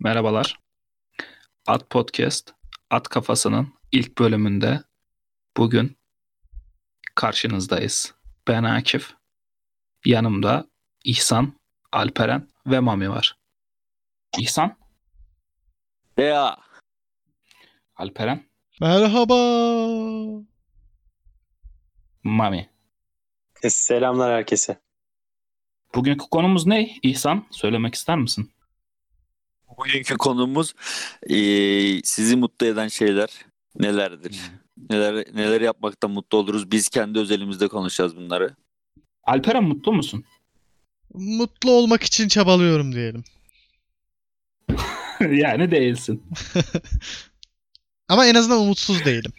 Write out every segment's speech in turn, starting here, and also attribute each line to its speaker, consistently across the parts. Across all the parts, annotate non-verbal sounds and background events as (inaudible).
Speaker 1: Merhabalar. At Podcast, At Kafası'nın ilk bölümünde bugün karşınızdayız. Ben Akif. Yanımda İhsan, Alperen ve Mami var. İhsan,
Speaker 2: E, Ya
Speaker 1: Alperen,
Speaker 3: Merhaba.
Speaker 1: Mami.
Speaker 2: selamlar herkese.
Speaker 1: Bugünkü konumuz ne İhsan? Söylemek ister misin?
Speaker 2: Bugünkü konumuz eee, sizi mutlu eden şeyler nelerdir?
Speaker 1: Hmm.
Speaker 2: Neler neler yapmaktan mutlu oluruz? Biz kendi özelimizde konuşacağız bunları.
Speaker 1: Alperen mutlu musun? (laughs)
Speaker 3: Mutlu olmak için çabalıyorum diyelim.
Speaker 1: yani değilsin.
Speaker 3: Ama en azından umutsuz
Speaker 4: (laughs)
Speaker 3: değilim.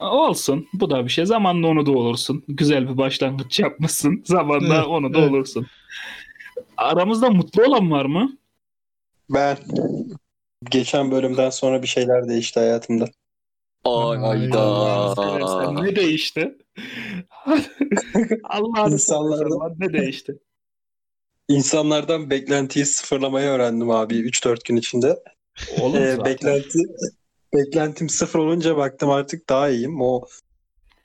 Speaker 1: Olsun. Bu da bir şey. Zamanla onu da olursun. Güzel bir başlangıç (laughs) yapmışsın. Zamanla
Speaker 3: Evet,
Speaker 1: onu da
Speaker 3: evet.
Speaker 1: olursun. Aramızda mutlu olan var mı?
Speaker 4: Ben geçen bölümden sonra bir şeyler değişti hayatımda.
Speaker 3: Ay,
Speaker 2: Ayda.
Speaker 1: Seversen Ne değişti? (laughs) Allah'ını
Speaker 4: İnsanlarda-
Speaker 1: seversen lan ne değişti?
Speaker 4: İnsanlardan beklentiyi sıfırlamayı öğrendim abi 3-4 gün içinde.
Speaker 1: Oğlum
Speaker 4: Ee,
Speaker 1: zaten.
Speaker 4: beklenti beklentim sıfır olunca baktım artık daha iyiyim. O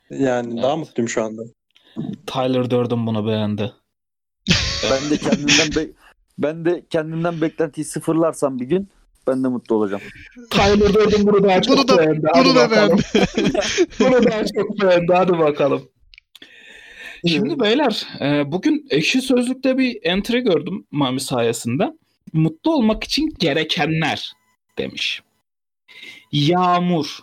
Speaker 4: yani
Speaker 1: Evet.
Speaker 4: daha mutluyum şu anda.
Speaker 1: Tyler Durden bunu beğendi.
Speaker 2: Ben de kendimden be- ben de kendimden beklentiyi sıfırlarsam bir gün ben de mutlu olacağım.
Speaker 1: Tyler Durden bunu daha çok
Speaker 3: Bunu da-
Speaker 1: beğendi. Hadi
Speaker 3: Bunu da
Speaker 1: bakalım.
Speaker 3: ben.
Speaker 1: (laughs) Bunu daha çok beğendi. Hadi bakalım. Şimdi beyler e, bugün ekşi sözlükte bir entry gördüm Mami sayesinde. Mutlu olmak için gerekenler demiş. Yağmur.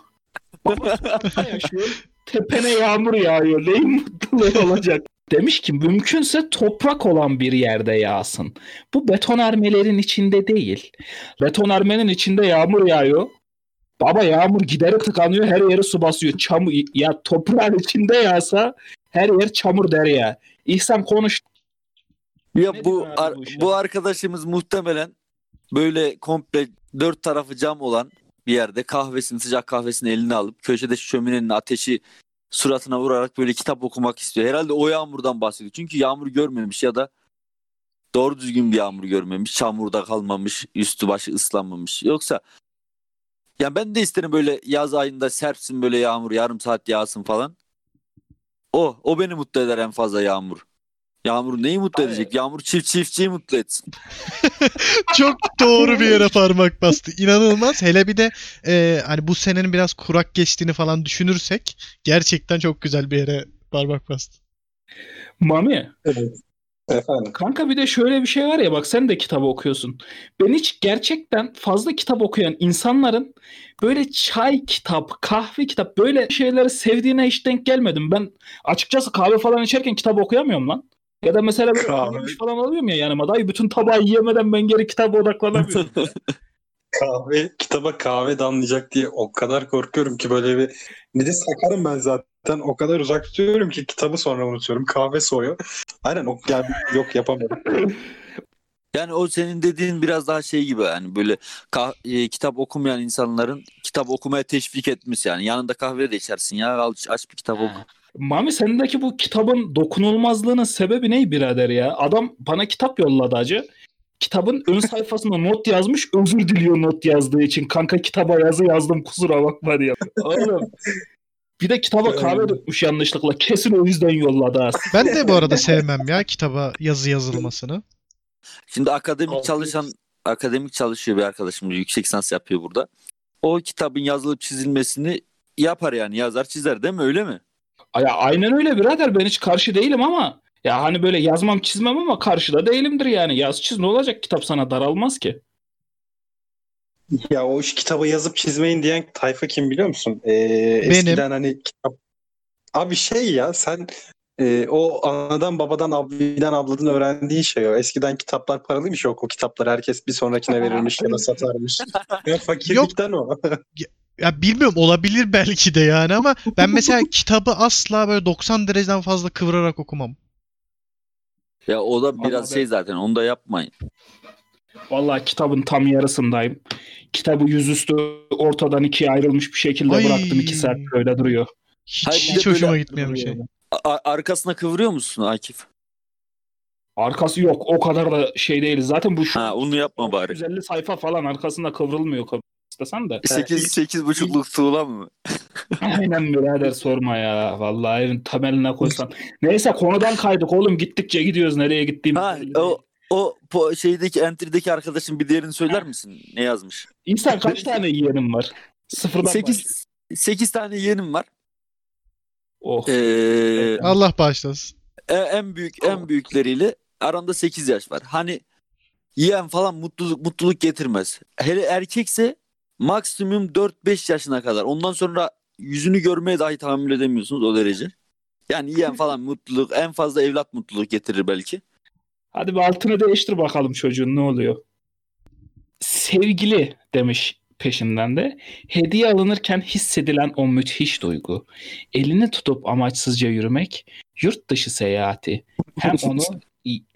Speaker 1: Babasında yaşıyor. Tepene yağmur yağıyor. Neyin mutluluğu olacak? Demiş ki mümkünse toprak olan bir yerde yağsın. Bu betonarmelerin içinde değil. Betonarmenin içinde yağmur yağıyor. Baba yağmur gideri tıkanıyor her yeri su basıyor. Çamur ya toprağın içinde yağsa her yer çamur der ya. İhsan konuş. Ne
Speaker 2: Ya bu
Speaker 1: diyor abi
Speaker 2: ar-
Speaker 1: bu işe?
Speaker 2: bu arkadaşımız muhtemelen böyle komple dört tarafı cam olan bir yerde kahvesini sıcak kahvesini eline alıp köşede şöminenin ateşi suratına vurarak böyle kitap okumak istiyor. Herhalde o yağmurdan bahsediyor. Çünkü yağmur görmemiş ya da doğru düzgün bir yağmur görmemiş. Çamurda kalmamış, üstü başı ıslanmamış. Yoksa ya ben de isterim böyle yaz ayında serpsin böyle yağmur yarım saat yağsın falan. O o beni mutlu eder en fazla yağmur. Yağmur neyi mutlu
Speaker 1: Abi-
Speaker 2: edecek? Yağmur çift çiftçiyi mutlu etsin. (laughs)
Speaker 3: Çok doğru bir yere parmak bastı. İnanılmaz. Hele bir de e, hani bu senenin biraz kurak geçtiğini falan düşünürsek gerçekten çok güzel bir yere parmak bastı.
Speaker 1: Mami
Speaker 4: Evet. Efendim.
Speaker 1: kanka bir de şöyle bir şey var ya bak sen de kitabı okuyorsun. Ben hiç gerçekten fazla kitap okuyan insanların böyle çay kitap, kahve kitap böyle şeyleri sevdiğine hiç denk gelmedim. Ben açıkçası kahve falan içerken kitap okuyamıyorum lan. Ya da mesela böyle
Speaker 4: Kahve.
Speaker 1: yemiş falan alıyorum ya yanıma. Dayı bütün tabağı yiyemeden ben geri kitaba odaklanamıyorum.
Speaker 4: Kahve kitaba kahve damlayacak diye o kadar korkuyorum ki böyle bir bir de sakarım ben zaten o kadar uzak tutuyorum ki kitabı sonra unutuyorum. Kahve soğuyor. Aynen o yani yok yapamıyorum.
Speaker 2: Yani o senin dediğin biraz daha şey gibi yani böyle kah- e, kitap okumayan insanların kitap okumaya teşvik etmiş yani. Yanında kahve de içersin ya al, aç bir kitap oku.
Speaker 1: Mami sendeki bu kitabın dokunulmazlığının sebebi ne birader ya? Adam bana kitap yolladı acı. Kitabın ön sayfasına not yazmış özür diliyor not yazdığı için. Kanka kitaba yazı yazdım kusura bakma diye. Oğlum. Bir de kitaba kahve dökmüş yanlışlıkla. Kesin o yüzden yolladı ha.
Speaker 3: Ben de bu arada sevmem ya kitaba yazı yazılmasını.
Speaker 2: Şimdi akademik
Speaker 4: Altı
Speaker 2: çalışan akademik çalışıyor bir arkadaşımız yüksek lisans yapıyor burada. O kitabın yazılıp çizilmesini yapar yani yazar çizer değil mi öyle mi?
Speaker 1: Ya aynen öyle birader ben hiç karşı değilim ama ya hani böyle yazmam çizmem ama karşıda değilimdir yani. Yaz çiz ne olacak kitap sana daralmaz ki.
Speaker 4: Ya o iş kitabı yazıp çizmeyin diyen tayfa kim biliyor musun? Ee, Eskiden hani kitap... Abi şey ya sen e, o anadan babadan abiden abladan öğrendiğin şey o. Eskiden kitaplar paralıymış yok o kitapları herkes bir sonrakine verirmiş ya
Speaker 2: (laughs)
Speaker 4: da satarmış. ya fakirlikten o.
Speaker 3: Ya bilmiyorum olabilir belki de yani ama ben
Speaker 4: (laughs)
Speaker 3: mesela kitabı asla böyle 90 dereceden fazla kıvırarak okumam.
Speaker 2: Ya o da biraz
Speaker 1: Vallahi
Speaker 2: şey zaten onu da yapmayın.
Speaker 1: Vallahi kitabın tam yarısındayım. Kitabı yüzüstü ortadan ikiye ayrılmış bir şekilde
Speaker 3: Ay.
Speaker 1: bıraktım. iki saat böyle duruyor.
Speaker 3: Hiç,
Speaker 2: Hayır, bir de
Speaker 3: hiç hoşuma
Speaker 2: böyle-
Speaker 3: gitmeyen bir şey.
Speaker 2: A- a- arkasına kıvırıyor musun Akif?
Speaker 1: Arkası yok. O kadar da şey değil. Zaten bu şu
Speaker 2: Ha onu yapma bari.
Speaker 1: 150 sayfa falan arkasında kıvrılmıyor kabul istesen de.
Speaker 2: 8 8,5'luk tuğla mı?
Speaker 1: Aynen birader sorma ya. Vallahi evin temeline koysan. Neyse konudan kaydık oğlum. Gittikçe gidiyoruz nereye gittiğimiz.
Speaker 2: Ha
Speaker 1: belli değil.
Speaker 2: o o po- şeydeki entry'deki arkadaşın bir diğerini söyler misin? Ne yazmış?
Speaker 1: İnsan kaç tane yeğenim var? Sıfırdan 8.
Speaker 2: 8 8 tane yeğenim var.
Speaker 1: Oh.
Speaker 2: Ee,
Speaker 3: Allah bağışlasın.
Speaker 2: e- en büyük en büyükleriyle aramda 8 yaş var. Hani yeğen falan mutluluk mutluluk getirmez. Hele erkekse maksimum 4-5 yaşına kadar. Ondan sonra yüzünü görmeye dahi tahammül edemiyorsunuz o derece. Yani yeğen falan mutluluk en fazla evlat mutluluk getirir belki.
Speaker 1: Hadi bir altını değiştir bakalım çocuğun ne oluyor. Sevgili demiş peşinden de. Hediye alınırken hissedilen o müthiş duygu. Elini tutup amaçsızca yürümek, yurt dışı seyahati.
Speaker 4: (laughs)
Speaker 1: Hem onu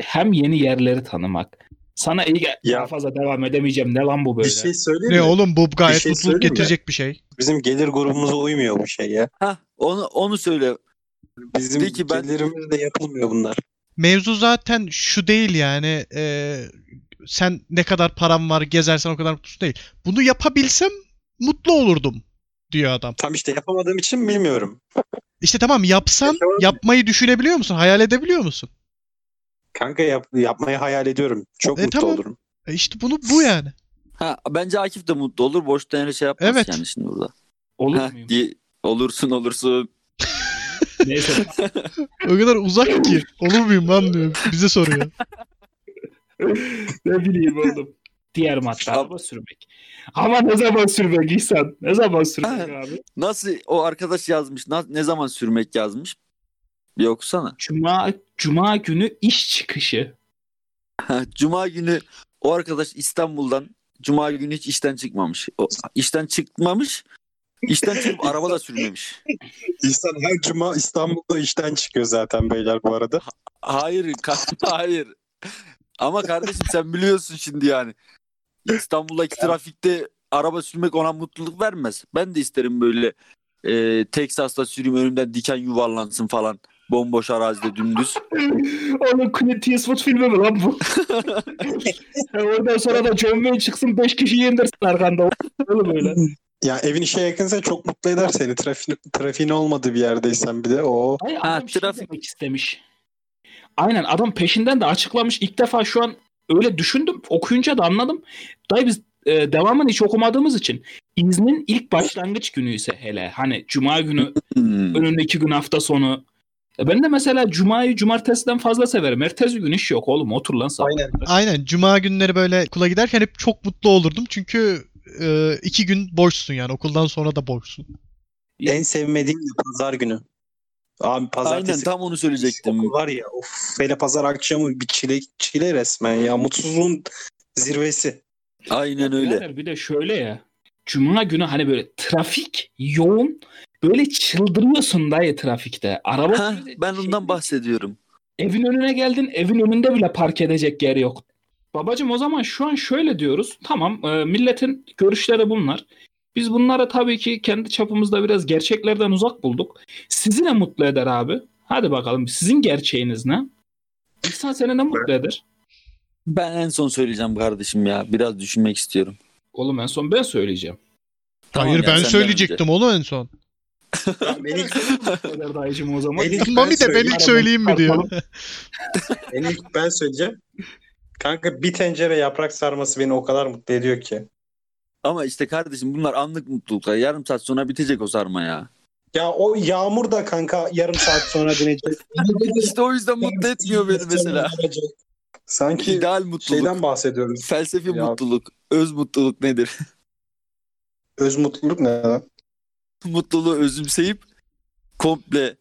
Speaker 1: hem yeni yerleri tanımak. Sana iyi gel.
Speaker 4: Ya.
Speaker 1: Daha fazla devam edemeyeceğim. Ne lan bu böyle?
Speaker 4: Bir şey söyleyeyim
Speaker 3: Ne
Speaker 4: mi?
Speaker 3: oğlum bu gayet
Speaker 4: şey
Speaker 3: mutluluk
Speaker 4: söyleyeyim mi?
Speaker 3: getirecek bir şey.
Speaker 4: Bizim gelir grubumuza uymuyor bu şey ya.
Speaker 2: Hah onu onu söyle.
Speaker 4: Bizim
Speaker 2: Peki ben-
Speaker 4: gelirimiz de yapılmıyor bunlar.
Speaker 3: Mevzu zaten şu değil yani e, sen ne kadar param var gezersen o kadar mutlusun değil. Bunu yapabilsem mutlu olurdum diyor adam.
Speaker 4: Tam işte yapamadığım için bilmiyorum.
Speaker 3: İşte tamam yapsan
Speaker 4: E, Tamam.
Speaker 3: yapmayı düşünebiliyor musun? Hayal edebiliyor musun?
Speaker 4: Kanka yap, yapmayı hayal ediyorum. Çok
Speaker 3: E,
Speaker 4: mutlu
Speaker 3: tamam.
Speaker 4: olurum.
Speaker 3: E işte bunu bu yani.
Speaker 2: Ha bence Akif de mutlu olur. Boşta yani şey yapmaz
Speaker 3: Evet.
Speaker 2: yani şimdi burada.
Speaker 1: Olur
Speaker 2: Ha,
Speaker 1: muyum?
Speaker 2: di- olursun olursun.
Speaker 4: (laughs)
Speaker 1: Neyse.
Speaker 3: O kadar uzak ki. Olur muyum lan diyor. Bize soruyor.
Speaker 1: ne bileyim oğlum. Diğer madde araba sürmek. Ama ne zaman sürmek İhsan? Ne zaman sürmek
Speaker 2: Ha.
Speaker 1: abi?
Speaker 2: Nasıl o arkadaş yazmış? na- ne zaman sürmek yazmış? Bir okusana.
Speaker 1: Cuma Cuma günü iş çıkışı.
Speaker 2: Ha, Cuma günü o arkadaş İstanbul'dan Cuma günü hiç işten çıkmamış. O, işten çıkmamış. İşten çıkıp araba da sürmemiş.
Speaker 4: İnsan her cuma İstanbul'da işten çıkıyor zaten beyler bu arada.
Speaker 2: Hayır, ka- (laughs) hayır. Ama kardeşim sen biliyorsun şimdi yani. İstanbul'daki trafikte araba sürmek ona mutluluk vermez. Ben de isterim böyle e, Texas'ta süreyim önümden diken yuvarlansın falan. Bomboş arazide dümdüz.
Speaker 1: (laughs) Oğlum Clint Eastwood filmi mi lan bu? Ya Oradan sonra da John Wayne çıksın 5 kişi yendirsin arkanda. Oğlum öyle.
Speaker 4: Ya evin işe yakınsa çok mutlu eder seni. Trafik, trafiğin olmadığı bir yerdeysen bir de o.
Speaker 1: Hayır,
Speaker 2: Ha,
Speaker 1: adam şey
Speaker 2: trafik-
Speaker 1: demek istemiş. Aynen adam peşinden de açıklamış. İlk defa şu an öyle düşündüm. Okuyunca da anladım. Dayı biz e, devamını hiç okumadığımız için iznin ilk başlangıç günü ise hele hani cuma günü
Speaker 2: Hmm.
Speaker 1: önündeki gün hafta sonu. E, ben de mesela cumayı cumartesiden fazla severim. Ertesi gün iş yok oğlum otur lan sabah.
Speaker 4: Aynen.
Speaker 3: Aynen cuma günleri böyle okula giderken hep çok mutlu olurdum. Çünkü e, iki gün boşsun yani okuldan sonra da boşsun.
Speaker 4: En sevmediğim de pazar günü. Abi pazartesi
Speaker 2: Aynen tam onu söyleyecektim.
Speaker 4: Koku var ya of hele pazar akşamı bir çile, çile resmen ya mutsuzluğun zirvesi.
Speaker 2: Aynen öyle.
Speaker 1: Birader, Bir de şöyle ya. Cuma günü hani böyle trafik yoğun böyle çıldırıyorsun dayı trafikte. Araba
Speaker 2: Ha, ben
Speaker 1: bahsediyorum.
Speaker 2: ondan bahsediyorum.
Speaker 1: Evin önüne geldin, evin önünde bile park edecek yer yok. Babacım o zaman şu an şöyle diyoruz. Tamam, e, milletin görüşleri bunlar. Biz bunlara tabii ki kendi çapımızda biraz gerçeklerden uzak bulduk. Sizi ne mutlu eder abi? Hadi bakalım sizin gerçeğiniz ne? İnsan seni ne mutlu eder?
Speaker 2: Ben en son söyleyeceğim kardeşim ya. Biraz düşünmek istiyorum.
Speaker 1: Oğlum en son ben söyleyeceğim.
Speaker 2: Tamam
Speaker 3: Hayır
Speaker 2: ya,
Speaker 3: ben
Speaker 2: senden
Speaker 3: söyleyecektim oğlum en son.
Speaker 4: Melih,
Speaker 1: (laughs) Ne der dayıcım o zaman?
Speaker 4: Melih ben
Speaker 3: Mami de ben
Speaker 4: söyleyeyim.
Speaker 3: ilk söyleyeyim mi diyor.
Speaker 4: En ilk ben söyleyeceğim. Kanka bir tencere yaprak sarması beni o kadar mutlu ediyor ki.
Speaker 2: Ama işte kardeşim bunlar anlık mutluluklar. Yarım saat sonra bitecek o sarma ya.
Speaker 4: Ya o yağmur da kanka yarım saat sonra dinecek.
Speaker 2: (laughs) İşte o yüzden mutlu etmiyor beni mesela.
Speaker 4: Sanki
Speaker 2: İdeal mutluluk.
Speaker 4: şeyden bahsediyoruz.
Speaker 2: Felsefi
Speaker 4: Ya.
Speaker 2: mutluluk. Öz mutluluk nedir? (laughs)
Speaker 4: Öz mutluluk ne lan?
Speaker 2: Mutluluğu özümseyip komple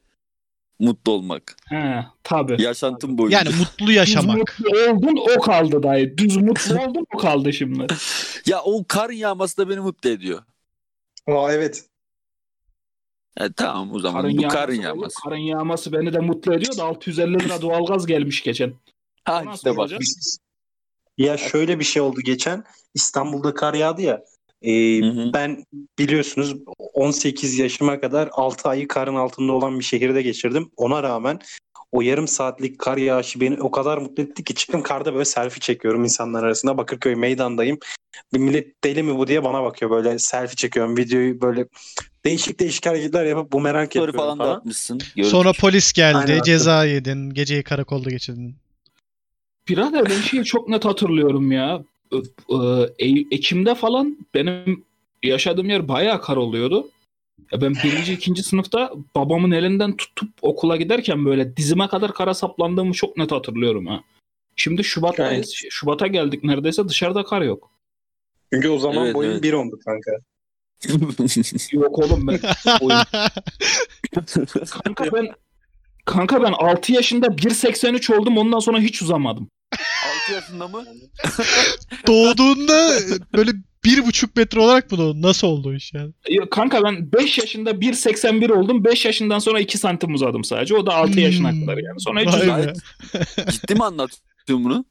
Speaker 2: mutlu olmak.
Speaker 1: He, tabii.
Speaker 2: Yaşantım boyunca.
Speaker 3: Yani mutlu
Speaker 1: Düz
Speaker 3: yaşamak.
Speaker 1: mutlu oldun o kaldı dayı. Düz mutlu oldun o kaldı şimdi.
Speaker 2: Ya o kar yağması da beni mutlu ediyor.
Speaker 4: Aa evet.
Speaker 2: E, tamam o zaman
Speaker 1: Karın
Speaker 2: bu karın
Speaker 1: yağması olur.
Speaker 2: yağması.
Speaker 1: Karın yağması beni de mutlu ediyor da 650 (laughs) lira doğalgaz gelmiş geçen.
Speaker 2: Ha
Speaker 1: Nasıl
Speaker 2: işte bak.
Speaker 1: olacak?
Speaker 4: Ya şöyle bir şey oldu geçen. İstanbul'da kar yağdı ya. Ee,
Speaker 2: Hı hı.
Speaker 4: ben biliyorsunuz 18 yaşıma kadar 6 ayı karın altında olan bir şehirde geçirdim. Ona rağmen O yarım saatlik kar yağışı beni o kadar mutlu etti ki çıktım karda böyle selfie çekiyorum insanlar arasında. Bakırköy meydandayım. Bir millet deli mi bu diye bana bakıyor böyle selfie çekiyorum. Videoyu böyle değişik değişik hareketler yapıp bu merak
Speaker 2: Story
Speaker 4: yapıyorum
Speaker 2: falan
Speaker 4: falan.
Speaker 2: da atmışsın. Gördüm. (laughs)
Speaker 3: Sonra polis geldi,
Speaker 4: Aynen.
Speaker 3: ceza yedin, geceyi karakolda geçirdin.
Speaker 1: Birader ben şeyi çok net hatırlıyorum ya. Ö- ö, E- Ekim'de falan benim yaşadığım yer bayağı kar oluyordu. Ya Ben birinci, ikinci sınıfta babamın elinden tutup okula giderken böyle dizime kadar kara saplandığımı çok net hatırlıyorum ha. Şimdi Şubat'tayız. Şubat'a geldik neredeyse dışarıda kar yok.
Speaker 4: Çünkü o zaman
Speaker 2: Evet,
Speaker 4: boyum
Speaker 2: evet.
Speaker 4: bir oldu kanka.
Speaker 1: Yok oğlum (laughs) ben. Kanka ben Kanka ben 6 yaşında 1.83 oldum ondan sonra hiç uzamadım.
Speaker 2: 6 yaşında mı?
Speaker 3: (laughs) Doğduğunda böyle bir buçuk metre olarak mı doğdun? Nasıl oldu o iş yani?
Speaker 1: Ya Kanka ben 5 yaşında 1.81 oldum. 5 yaşından sonra 2 santim uzadım sadece. O da 6 yaşına
Speaker 3: Hmm.
Speaker 1: kadar yani. Sonra hiç
Speaker 3: Vay
Speaker 1: uzamadım.
Speaker 3: be.
Speaker 2: Gayet ciddi mi anlatıyorsun bunu?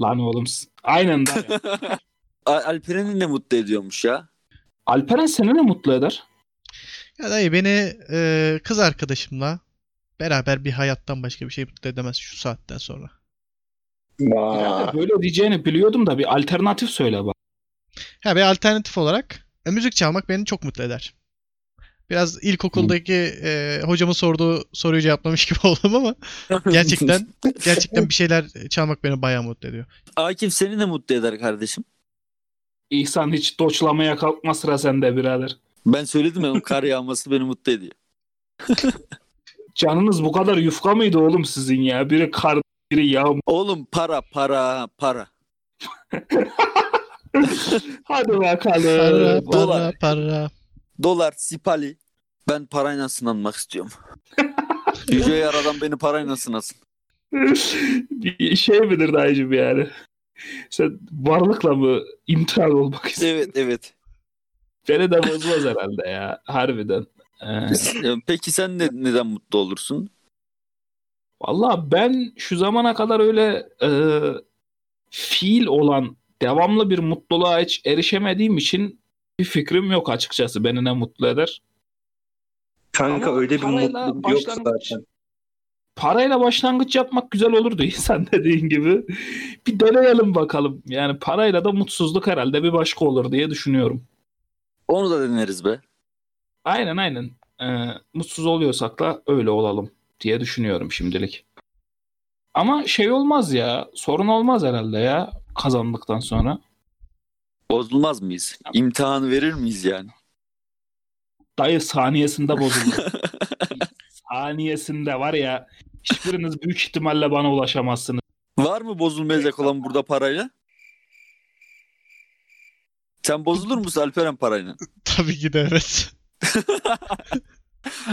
Speaker 1: Lan oğlum. s- Aynen lan.
Speaker 3: (laughs)
Speaker 1: ya.
Speaker 2: Al- Alperen'i ne mutlu ediyormuş ya.
Speaker 1: Alperen seni ne mutlu eder?
Speaker 3: Ya dayı beni e, kız arkadaşımla beraber bir hayattan başka bir şey mutlu edemez şu saatten sonra.
Speaker 4: Vay.
Speaker 1: Böyle diyeceğini biliyordum da bir alternatif söyle bak.
Speaker 3: Ya bir alternatif olarak e, müzik çalmak beni çok mutlu eder. Biraz ilkokuldaki e, hocamın sorduğu soruyu cevaplamış gibi (laughs) oldum ama gerçekten gerçekten bir şeyler çalmak beni bayağı mutlu ediyor.
Speaker 2: (laughs) Akif seni ne mutlu eder kardeşim?
Speaker 1: İhsan hiç doçlamaya kalkma sıra sende birader.
Speaker 2: Ben söyledim ya oğlum, kar yağması beni mutlu ediyor.
Speaker 1: Canınız bu kadar yufka mıydı oğlum sizin ya? Biri kar, biri
Speaker 3: (laughs)
Speaker 1: yağmur.
Speaker 2: Oğlum para para para.
Speaker 1: Hadi (laughs)
Speaker 3: Para
Speaker 1: bakalım.
Speaker 3: para
Speaker 2: dolar.
Speaker 3: para.
Speaker 2: Dolar sipali. Ben parayla sınanmak istiyorum. Yüce yaradan beni parayla sınasın.
Speaker 1: şey midir dayıcım yani? Sen varlıkla mı imtihan olmak istiyorsun?
Speaker 2: Evet evet.
Speaker 1: Beni de bozmaz herhalde ya. Harbiden. Ee,
Speaker 2: Peki sen ne, neden mutlu olursun?
Speaker 1: Valla ben şu zamana kadar öyle e, fiil olan devamlı bir mutluluğa hiç erişemediğim için bir fikrim yok açıkçası. Beni ne mutlu eder?
Speaker 4: Kanka
Speaker 1: Ama
Speaker 4: öyle bir
Speaker 1: parayla
Speaker 4: mutluluk yok
Speaker 1: başlangıç-
Speaker 4: zaten.
Speaker 1: Parayla başlangıç yapmak güzel olurdu (laughs) insan dediğin gibi. Bir deneyelim bakalım. Yani parayla da mutsuzluk herhalde bir başka olur diye düşünüyorum.
Speaker 2: Onu da deneriz be.
Speaker 1: Aynen aynen. Ee, mutsuz oluyorsak da öyle olalım diye düşünüyorum şimdilik. Ama şey olmaz ya. Sorun olmaz herhalde ya kazandıktan sonra.
Speaker 2: Bozulmaz mıyız? İmtihan verir miyiz yani?
Speaker 1: Dayı saniyesinde bozuldu. saniyesinde var ya hiçbiriniz büyük ihtimalle bana ulaşamazsınız.
Speaker 2: Var mı bozulmayacak olan burada parayla? Sen bozulur musun Alperen parayla?
Speaker 3: Tabii ki de evet.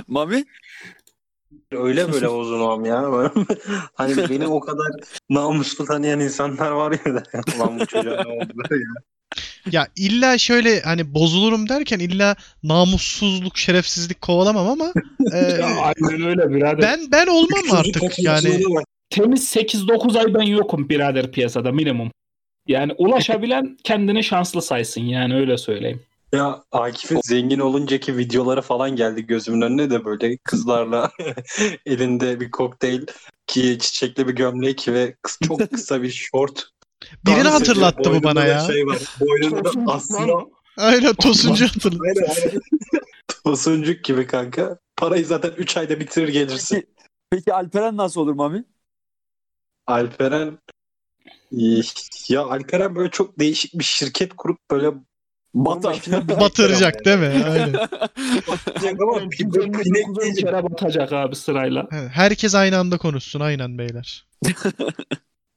Speaker 2: Mami?
Speaker 4: Öyle (laughs) böyle bozulmam ya. (laughs) hani beni o kadar namuslu tanıyan insanlar var ya (laughs) da. Lan bu çocuğa ne oldu ya.
Speaker 3: Ya illa şöyle hani bozulurum derken illa namussuzluk, şerefsizlik kovalamam
Speaker 4: (laughs)
Speaker 3: ama e,
Speaker 1: Ya aynen öyle birader.
Speaker 3: ben ben olmam artık yani.
Speaker 1: Temiz 8-9 ay ben yokum birader piyasada minimum. Yani ulaşabilen kendini şanslı saysın yani öyle söyleyeyim.
Speaker 4: Ya Akif'in zengin oluncaki videoları falan geldi gözümün önüne de böyle kızlarla (laughs) elinde bir kokteyl ki çiçekli bir gömlek ve
Speaker 3: (laughs)
Speaker 4: kıs- çok kısa bir şort.
Speaker 3: Birini
Speaker 4: Dans ediyor,
Speaker 3: hatırlattı bu
Speaker 4: boynunda
Speaker 3: bana
Speaker 4: da
Speaker 3: ya.
Speaker 4: Şey var, boynunda aslında
Speaker 3: (laughs) Aynen tosuncu hatırlattı.
Speaker 4: tosuncuk gibi kanka. Parayı zaten 3 ayda bitirir gelirsin.
Speaker 2: Peki, peki Alperen nasıl olur Mami?
Speaker 4: Alperen İyi. ya Alperen böyle çok değişik bir şirket kurup böyle
Speaker 2: Batar.
Speaker 3: (laughs) Batıracak değil mi? Aynen.
Speaker 4: ama bir böyle pinek
Speaker 1: Bir
Speaker 4: değil.
Speaker 1: kere batacak abi sırayla.
Speaker 3: Evet, Herkes aynı anda konuşsun aynen beyler.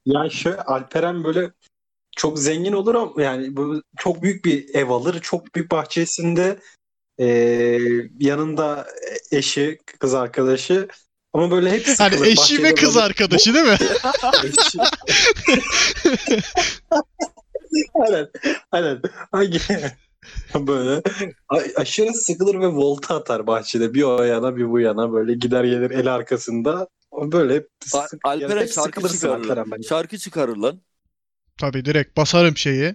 Speaker 4: Ya şöyle Alperen böyle çok zengin olur ama yani böyle çok büyük bir ev alır. Çok büyük bahçesinde eee, yanında e, eşi, kız arkadaşı ama böyle hep
Speaker 3: Hani
Speaker 4: sıkılır.
Speaker 3: eşi ve
Speaker 4: Bahçede
Speaker 3: kız
Speaker 4: böyle-
Speaker 3: arkadaşı değil mi? (laughs)
Speaker 4: Eşi- aynen. Aynen. Hangi? böyle a- aşırı sıkılır ve volta atar bahçede. Bir o yana bir bu yana böyle gider gelir el arkasında. O Böyle hep
Speaker 2: Al-
Speaker 4: sık- yani
Speaker 2: Alperen
Speaker 4: hep
Speaker 2: şarkı
Speaker 4: sıkılırsın
Speaker 2: çıkarır.
Speaker 4: Alperen bence.
Speaker 2: Şarkı çıkarır lan.
Speaker 3: Tabii direkt basarım şeyi.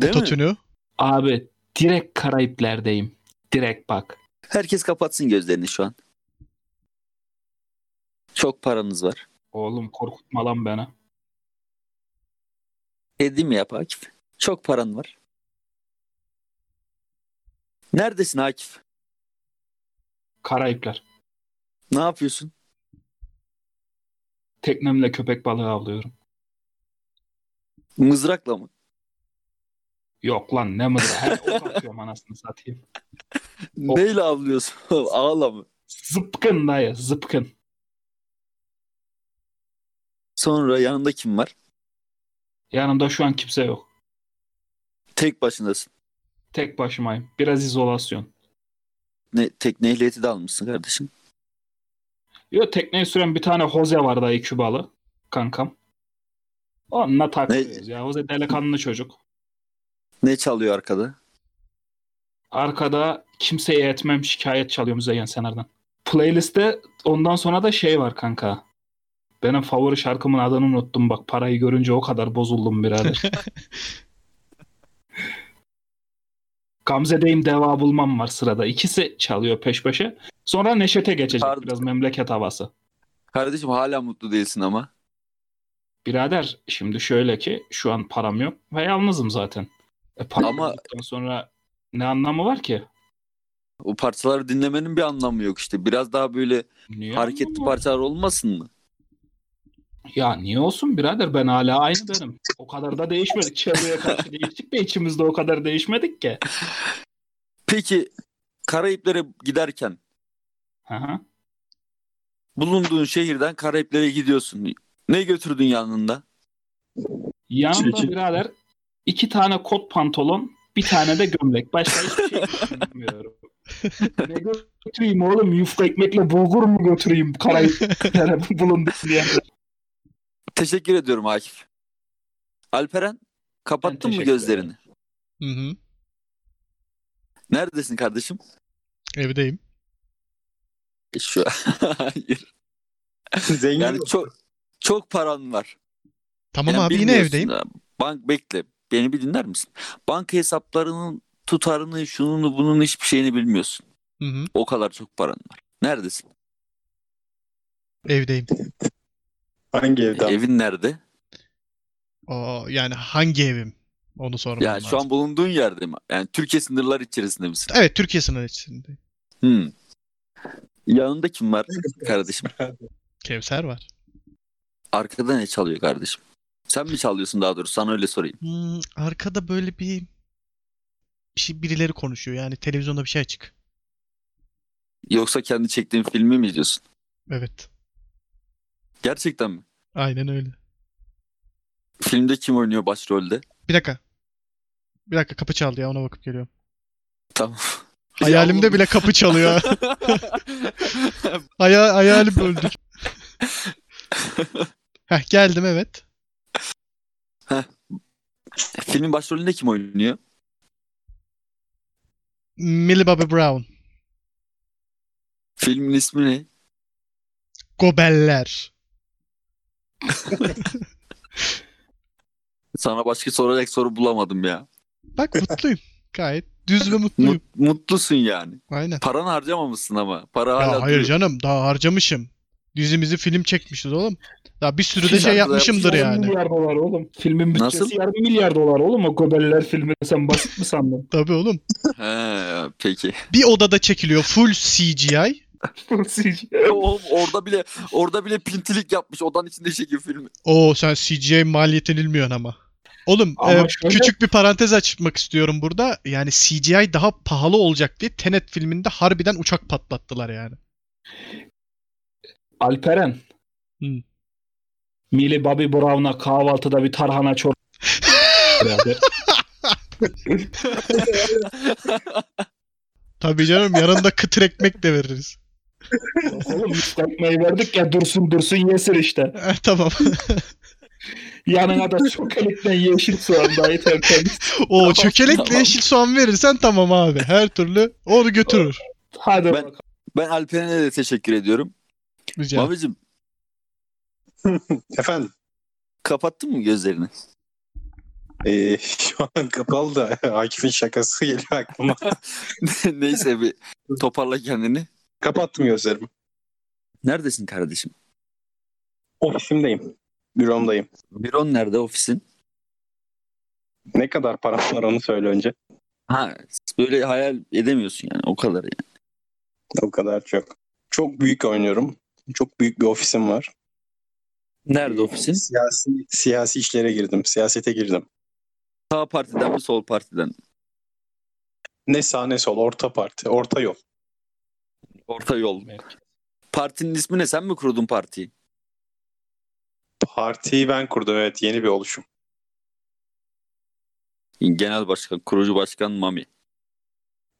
Speaker 2: Değil mi?
Speaker 3: Ototünü.
Speaker 1: Abi direkt Karayipler'deyim. Direkt bak.
Speaker 2: Herkes kapatsın gözlerini şu an. Çok paranız var.
Speaker 1: Oğlum korkutma lan beni.
Speaker 2: Dedim ya Akif. Çok paran var. Neredesin Akif?
Speaker 1: Karayipler.
Speaker 2: Ne yapıyorsun?
Speaker 1: Teknemle köpek balığı avlıyorum.
Speaker 2: Mızrakla mı?
Speaker 1: Yok lan ne mızrağı. Her (laughs) ok atıyorum anasını satayım.
Speaker 2: Neyle avlıyorsun? (laughs) Ağla mı?
Speaker 1: Zıpkın dayı zıpkın.
Speaker 2: Sonra yanında kim var?
Speaker 1: Yanımda şu an kimse yok.
Speaker 2: Tek başındasın.
Speaker 1: Tek başımayım. Biraz izolasyon.
Speaker 2: Ne, tekne ehliyeti de almışsın kardeşim.
Speaker 1: Yo tekneyi süren bir tane Jose var dayı Kübalı. Kankam. Onunla takılıyoruz ya. Jose delikanlı çocuk.
Speaker 2: Ne çalıyor arkada?
Speaker 1: Arkada kimseye etmem şikayet çalıyor Müzeyyen Sener'den. Playlist'te ondan sonra da şey var kanka. Benim favori şarkımın adını unuttum bak. Parayı görünce o kadar bozuldum
Speaker 2: (laughs)
Speaker 1: birader. Gamze'deyim deva bulmam var sırada. İkisi çalıyor peş peşe. Sonra Neşet'e geçecek
Speaker 2: Pardon.
Speaker 1: biraz memleket havası.
Speaker 2: Kardeşim hala mutlu değilsin ama.
Speaker 1: Birader şimdi şöyle ki şu an param yok ve yalnızım zaten. E, param
Speaker 2: Ama-
Speaker 1: olduktan sonra ne anlamı var ki?
Speaker 2: O parçaları dinlemenin bir anlamı yok işte. Biraz daha böyle
Speaker 1: Niye
Speaker 2: hareketli
Speaker 1: anlamı var?
Speaker 2: parçalar olmasın mı?
Speaker 1: Ya niye olsun birader ben hala aynı benim. O kadar da değişmedik. Çevreye karşı değiştik de içimizde o kadar değişmedik ki.
Speaker 2: Peki Karayiplere giderken
Speaker 1: Hı hı.
Speaker 2: bulunduğun şehirden Karayiplere gidiyorsun. Ne götürdün yanında?
Speaker 1: Yanımda
Speaker 4: Çirkin.
Speaker 1: birader iki tane kot pantolon bir tane de gömlek. Başka hiçbir şey bilmiyorum. ne götüreyim oğlum yufka ekmekle bulgur mu götüreyim Karayiplere bulundu diye.
Speaker 2: Teşekkür ediyorum Akif. Alperen
Speaker 1: Ben
Speaker 2: kapattın mı
Speaker 1: teşekkür
Speaker 2: gözlerini?
Speaker 1: ederim.
Speaker 3: Hı hı.
Speaker 2: Neredesin kardeşim?
Speaker 3: Evdeyim.
Speaker 2: Şu (laughs) Hayır.
Speaker 4: Zengin
Speaker 2: Yani çok çok paran var.
Speaker 3: Tamam
Speaker 2: Yani
Speaker 3: abi yine
Speaker 2: bilmiyorsun
Speaker 3: evdeyim.
Speaker 2: da. Bank bekle. Beni bir dinler misin? Banka hesaplarının tutarını, şununu, bunun hiçbir şeyini bilmiyorsun.
Speaker 3: Hı hı.
Speaker 2: O kadar çok paran var. Neredesin?
Speaker 3: Evdeyim.
Speaker 4: hangi evden?
Speaker 2: Evin nerede?
Speaker 3: Aa, yani hangi evim? Onu sormam
Speaker 2: Yani
Speaker 3: lazım.
Speaker 2: şu an bulunduğun yerde mi? Yani Türkiye sınırları içerisinde misin?
Speaker 3: Evet Türkiye sınırı içindeyim.
Speaker 2: Hmm. Yanında kim var kardeşim?
Speaker 3: Kevser var.
Speaker 2: Arkada ne çalıyor kardeşim? Sen mi çalıyorsun daha doğrusu? Sana öyle sorayım.
Speaker 3: Hmm, arkada böyle bir bir şey birileri konuşuyor. Yani televizyonda bir şey açık.
Speaker 2: Yoksa kendi çektiğin filmi mi izliyorsun?
Speaker 3: Evet.
Speaker 2: Gerçekten mi?
Speaker 3: Aynen öyle.
Speaker 2: Filmde kim oynuyor başrolde?
Speaker 3: Bir dakika. Bir dakika kapı çaldı ya ona bakıp geliyorum. (laughs)
Speaker 2: Tamam.
Speaker 3: Hayalimde bile
Speaker 2: (laughs)
Speaker 3: kapı çalıyor. (laughs) Haya, hayalim öldü. Heh, geldim evet.
Speaker 2: Filmin başrolünde kim oynuyor?
Speaker 3: Millie Bobby Brown.
Speaker 2: Filmin ismi ne?
Speaker 3: Gobeller.
Speaker 2: Sana başka soracak soru bulamadım ya.
Speaker 3: Bak mutluyum. Gayet düz ve mutluyum.
Speaker 2: Mut- mutlusun yani.
Speaker 3: Aynen.
Speaker 2: Paranı harcamamışsın ama. Para hala
Speaker 3: Ya hayır
Speaker 2: duruyor.
Speaker 3: canım daha harcamışım. Dizimizi film çekmişiz oğlum. Daha bir sürü de
Speaker 2: Şarkıda
Speaker 3: şey yapmışımdır
Speaker 1: Yarım
Speaker 3: yani.
Speaker 1: milyar dolar oğlum. Filmin bütçesi
Speaker 2: Nasıl?
Speaker 1: yarım milyar dolar oğlum o Gobeller filmi. Sen basit mi sandın? (laughs)
Speaker 3: Tabii oğlum.
Speaker 2: He, peki. (laughs)
Speaker 3: Bir odada çekiliyor full CGI.
Speaker 2: E, Oğlum orada bile orada bile pintilik yapmış. Odanın içinde çekiyor filmi.
Speaker 3: Oo sen CGI maliyetten bilmiyorsun ama. Oğlum
Speaker 1: Ama
Speaker 3: e,
Speaker 1: şöyle-
Speaker 3: küçük bir parantez açmak istiyorum burada. Yani CGI daha pahalı olacak diye Tenet filminde harbiden uçak patlattılar yani.
Speaker 1: Alperen.
Speaker 3: Hı.
Speaker 1: Millie Bobby Brown'a kahvaltıda bir tarhana (laughs) çorba. Birader.
Speaker 3: Tabii canım
Speaker 1: (laughs)
Speaker 3: yanında kıtır ekmek de veririz.
Speaker 1: Oğlum yufka ekmeği verdik ya dursun dursun yesin işte.
Speaker 3: Eh,
Speaker 1: (laughs)
Speaker 3: tamam.
Speaker 1: Yanına da çokolikten yeşil soğan dahi tertemiz.
Speaker 3: o çökelekle
Speaker 2: Tamam.
Speaker 3: yeşil soğan verirsen tamam abi. Her türlü onu götürür.
Speaker 1: Hadi
Speaker 2: Ben-
Speaker 1: bakalım.
Speaker 2: Ben Alperen'e de teşekkür ediyorum.
Speaker 3: Rica.
Speaker 2: Babacım
Speaker 4: Efendim
Speaker 2: kapattın mı gözlerini? (laughs)
Speaker 4: e, şu an kapalı da (laughs) Akif'in şakası geliyor aklıma.
Speaker 2: Neyse bir toparla kendini.
Speaker 4: Kapattım gözlerimi.
Speaker 2: Neredesin kardeşim?
Speaker 4: Ofisimdeyim. Büromdayım.
Speaker 2: Büron nerede ofisin?
Speaker 4: Ne kadar param var onu söyle önce.
Speaker 2: Ha böyle hayal edemiyorsun yani o kadar yani.
Speaker 4: (laughs) O kadar çok. Çok büyük oynuyorum. Çok büyük bir ofisim var.
Speaker 2: Nerede ofisin?
Speaker 4: Siyasi, siyasi işlere girdim. Siyasete girdim.
Speaker 2: Sağ partiden mi sol partiden? mi?
Speaker 4: Ne sağ ne sol. Orta parti. Orta yol.
Speaker 2: Orta yol.
Speaker 1: Merkez.
Speaker 2: Partinin ismi ne? Sen mi kurdun partiyi?
Speaker 4: Partiyi ben kurdum evet. Yeni bir oluşum.
Speaker 2: Genel başkan, kurucu başkan Mami.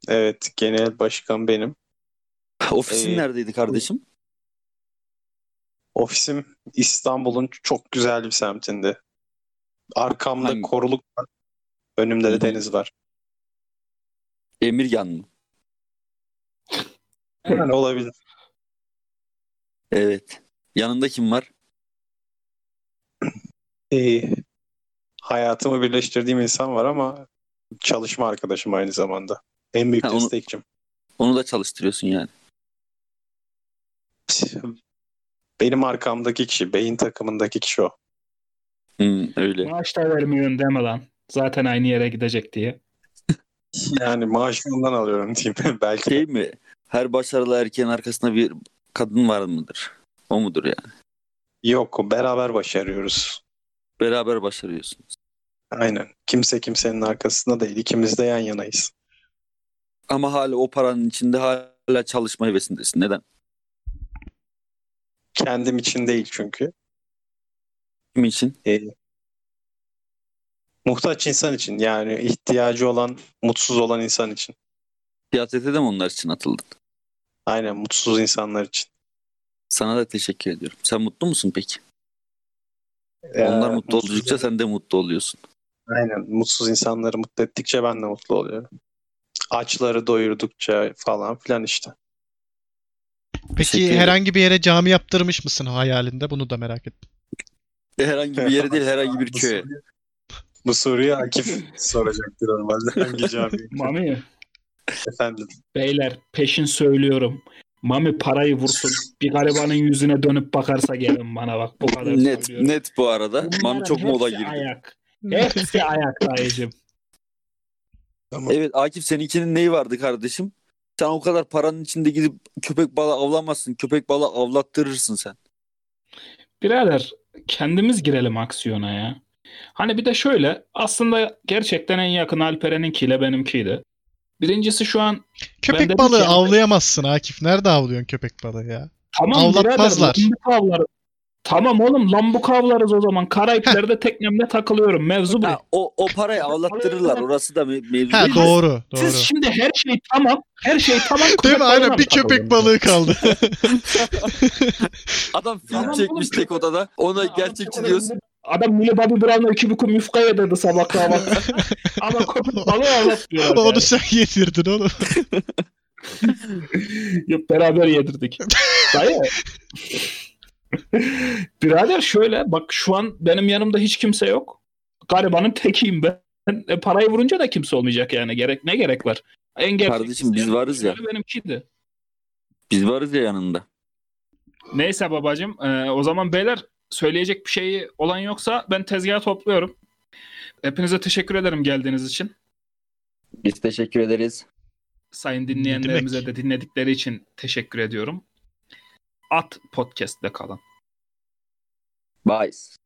Speaker 4: Evet. Genel başkan benim.
Speaker 2: Ofisin
Speaker 4: Ee,
Speaker 2: neredeydi kardeşim?
Speaker 4: Ofisim İstanbul'un çok güzel bir semtinde. Arkamda
Speaker 2: Hangi-
Speaker 4: koruluk var. Önümde
Speaker 2: Hı hı.
Speaker 4: de deniz var.
Speaker 2: Emirgan mı?
Speaker 4: Yani olabilir.
Speaker 2: Evet. Yanında kim var?
Speaker 4: İyi. Hayatımı birleştirdiğim insan var ama çalışma arkadaşım aynı zamanda. En büyük
Speaker 2: Ha, onu-
Speaker 4: destekçim.
Speaker 2: Onu da çalıştırıyorsun yani.
Speaker 4: Benim arkamdaki kişi, beyin takımındaki kişi o.
Speaker 2: Hı, Hmm, öyle.
Speaker 1: Maaş da vermiyorsun deme lan. Zaten aynı yere gidecek diye.
Speaker 4: Yani maaşı ondan alıyorum diyeyim. (laughs) Belki
Speaker 2: Şey mi? Her başarılı erkeğin arkasında bir kadın var mıdır? O mudur yani?
Speaker 4: yok. Beraber başarıyoruz.
Speaker 2: Beraber başarıyorsunuz.
Speaker 4: Aynen. Kimse kimsenin arkasında değil. İkimiz de yan yanayız.
Speaker 2: Ama hala o paranın içinde hala çalışma hevesindesin. Neden?
Speaker 4: Kendim için değil çünkü.
Speaker 2: Kim için?
Speaker 4: Muhtaç insan için. Yani ihtiyacı olan, mutsuz olan insan için.
Speaker 2: Siyasete de mi onlar için atıldın?
Speaker 4: Aynen mutsuz insanlar için.
Speaker 2: Sana da teşekkür ediyorum. Sen mutlu musun peki?
Speaker 4: Ee,
Speaker 2: Onlar mutlu
Speaker 4: mutsuz-
Speaker 2: oldukça sen de mutlu oluyorsun.
Speaker 4: Aynen. Mutsuz insanları mutlu ettikçe ben de mutlu oluyorum. Açları doyurdukça falan filan işte.
Speaker 3: Peki
Speaker 2: ederim.
Speaker 3: herhangi bir yere cami yaptırmış mısın hayalinde? Bunu da merak ettim.
Speaker 2: Herhangi bir yere değil herhangi bir köye.
Speaker 4: Bu soruyu Akif soracaktır normalde. Hangi cami?
Speaker 1: Mami
Speaker 4: Efendim.
Speaker 1: beyler peşin söylüyorum. Mami parayı vursun. Bir garibanın yüzüne dönüp bakarsa gelin bana bak. Bu kadar
Speaker 2: Net
Speaker 1: söylüyorum.
Speaker 2: net bu arada. Mami
Speaker 1: Bunların
Speaker 2: çok moda
Speaker 1: hepsi
Speaker 2: girdi.
Speaker 1: Ayak. Hepsi ayak dayıcım.
Speaker 2: Evet Akif seninkinin neyi vardı kardeşim? Sen o kadar paranın içinde gidip köpek balığı avlamazsın. Köpek balığı avlattırırsın sen.
Speaker 1: Birader kendimiz girelim aksiyona ya. Hani bir de şöyle aslında gerçekten en yakın Alperen'inkiyle benimkiydi. Birincisi şu an
Speaker 3: (laughs) Köpek
Speaker 1: dedim
Speaker 3: balığı
Speaker 1: ki-
Speaker 3: avlayamazsın Akif. Nerede avlıyorsun köpek balığı ya?
Speaker 1: tamam
Speaker 3: Avlatmazlar.
Speaker 1: birader lambuk avlarız. Tamam oğlum lambuk avlarız o zaman. Karayipler'de teknemle takılıyorum. Mevzu bu.
Speaker 2: Ha, o, o parayı avlattırırlar. Orası da me- mevzu
Speaker 3: Ha
Speaker 2: değil.
Speaker 3: doğru, doğru.
Speaker 1: Siz şimdi her şey tamam. Her şey tamam.
Speaker 3: Değil
Speaker 1: köpek
Speaker 3: mi?
Speaker 1: balığına
Speaker 3: Aynen
Speaker 1: mı
Speaker 3: bir köpek
Speaker 1: takılıyorsunuz?
Speaker 3: balığı kaldı.
Speaker 2: Adam film
Speaker 1: Tamam
Speaker 2: çekmiş
Speaker 1: oğlum.
Speaker 2: tek odada. Ona
Speaker 1: Adam
Speaker 2: gerçekçi
Speaker 1: çok
Speaker 2: diyorsun.
Speaker 1: önemli. Adam Millie Bobby Brown'a iki bükum yufka yedirdi sabah kahvaltı.
Speaker 3: (laughs)
Speaker 1: Ama köpek balığı avlatmıyorlar. (laughs) yani.
Speaker 3: Ama onu sen yedirdin oğlum.
Speaker 1: Yok beraber
Speaker 2: (laughs)
Speaker 1: yedirdik. Dayı. Birader şöyle bak şu an benim yanımda hiç kimse yok. Garibanın tekiyim ben. E, parayı vurunca da kimse olmayacak yani. Gerek ne gerek var? En gerçek
Speaker 2: Kardeşim, biz
Speaker 1: isteyen
Speaker 2: varız ya.
Speaker 1: Benimkiydi.
Speaker 2: Biz varız ya yanında.
Speaker 1: Neyse babacım e, o zaman beyler söyleyecek bir şeyi olan yoksa ben tezgahı topluyorum. Hepinize teşekkür ederim geldiğiniz için.
Speaker 2: Biz teşekkür ederiz.
Speaker 1: Sayın
Speaker 3: demek?
Speaker 1: dinleyenlerimize de dinledikleri için teşekkür ediyorum. At podcast'te kalın.
Speaker 2: Bye.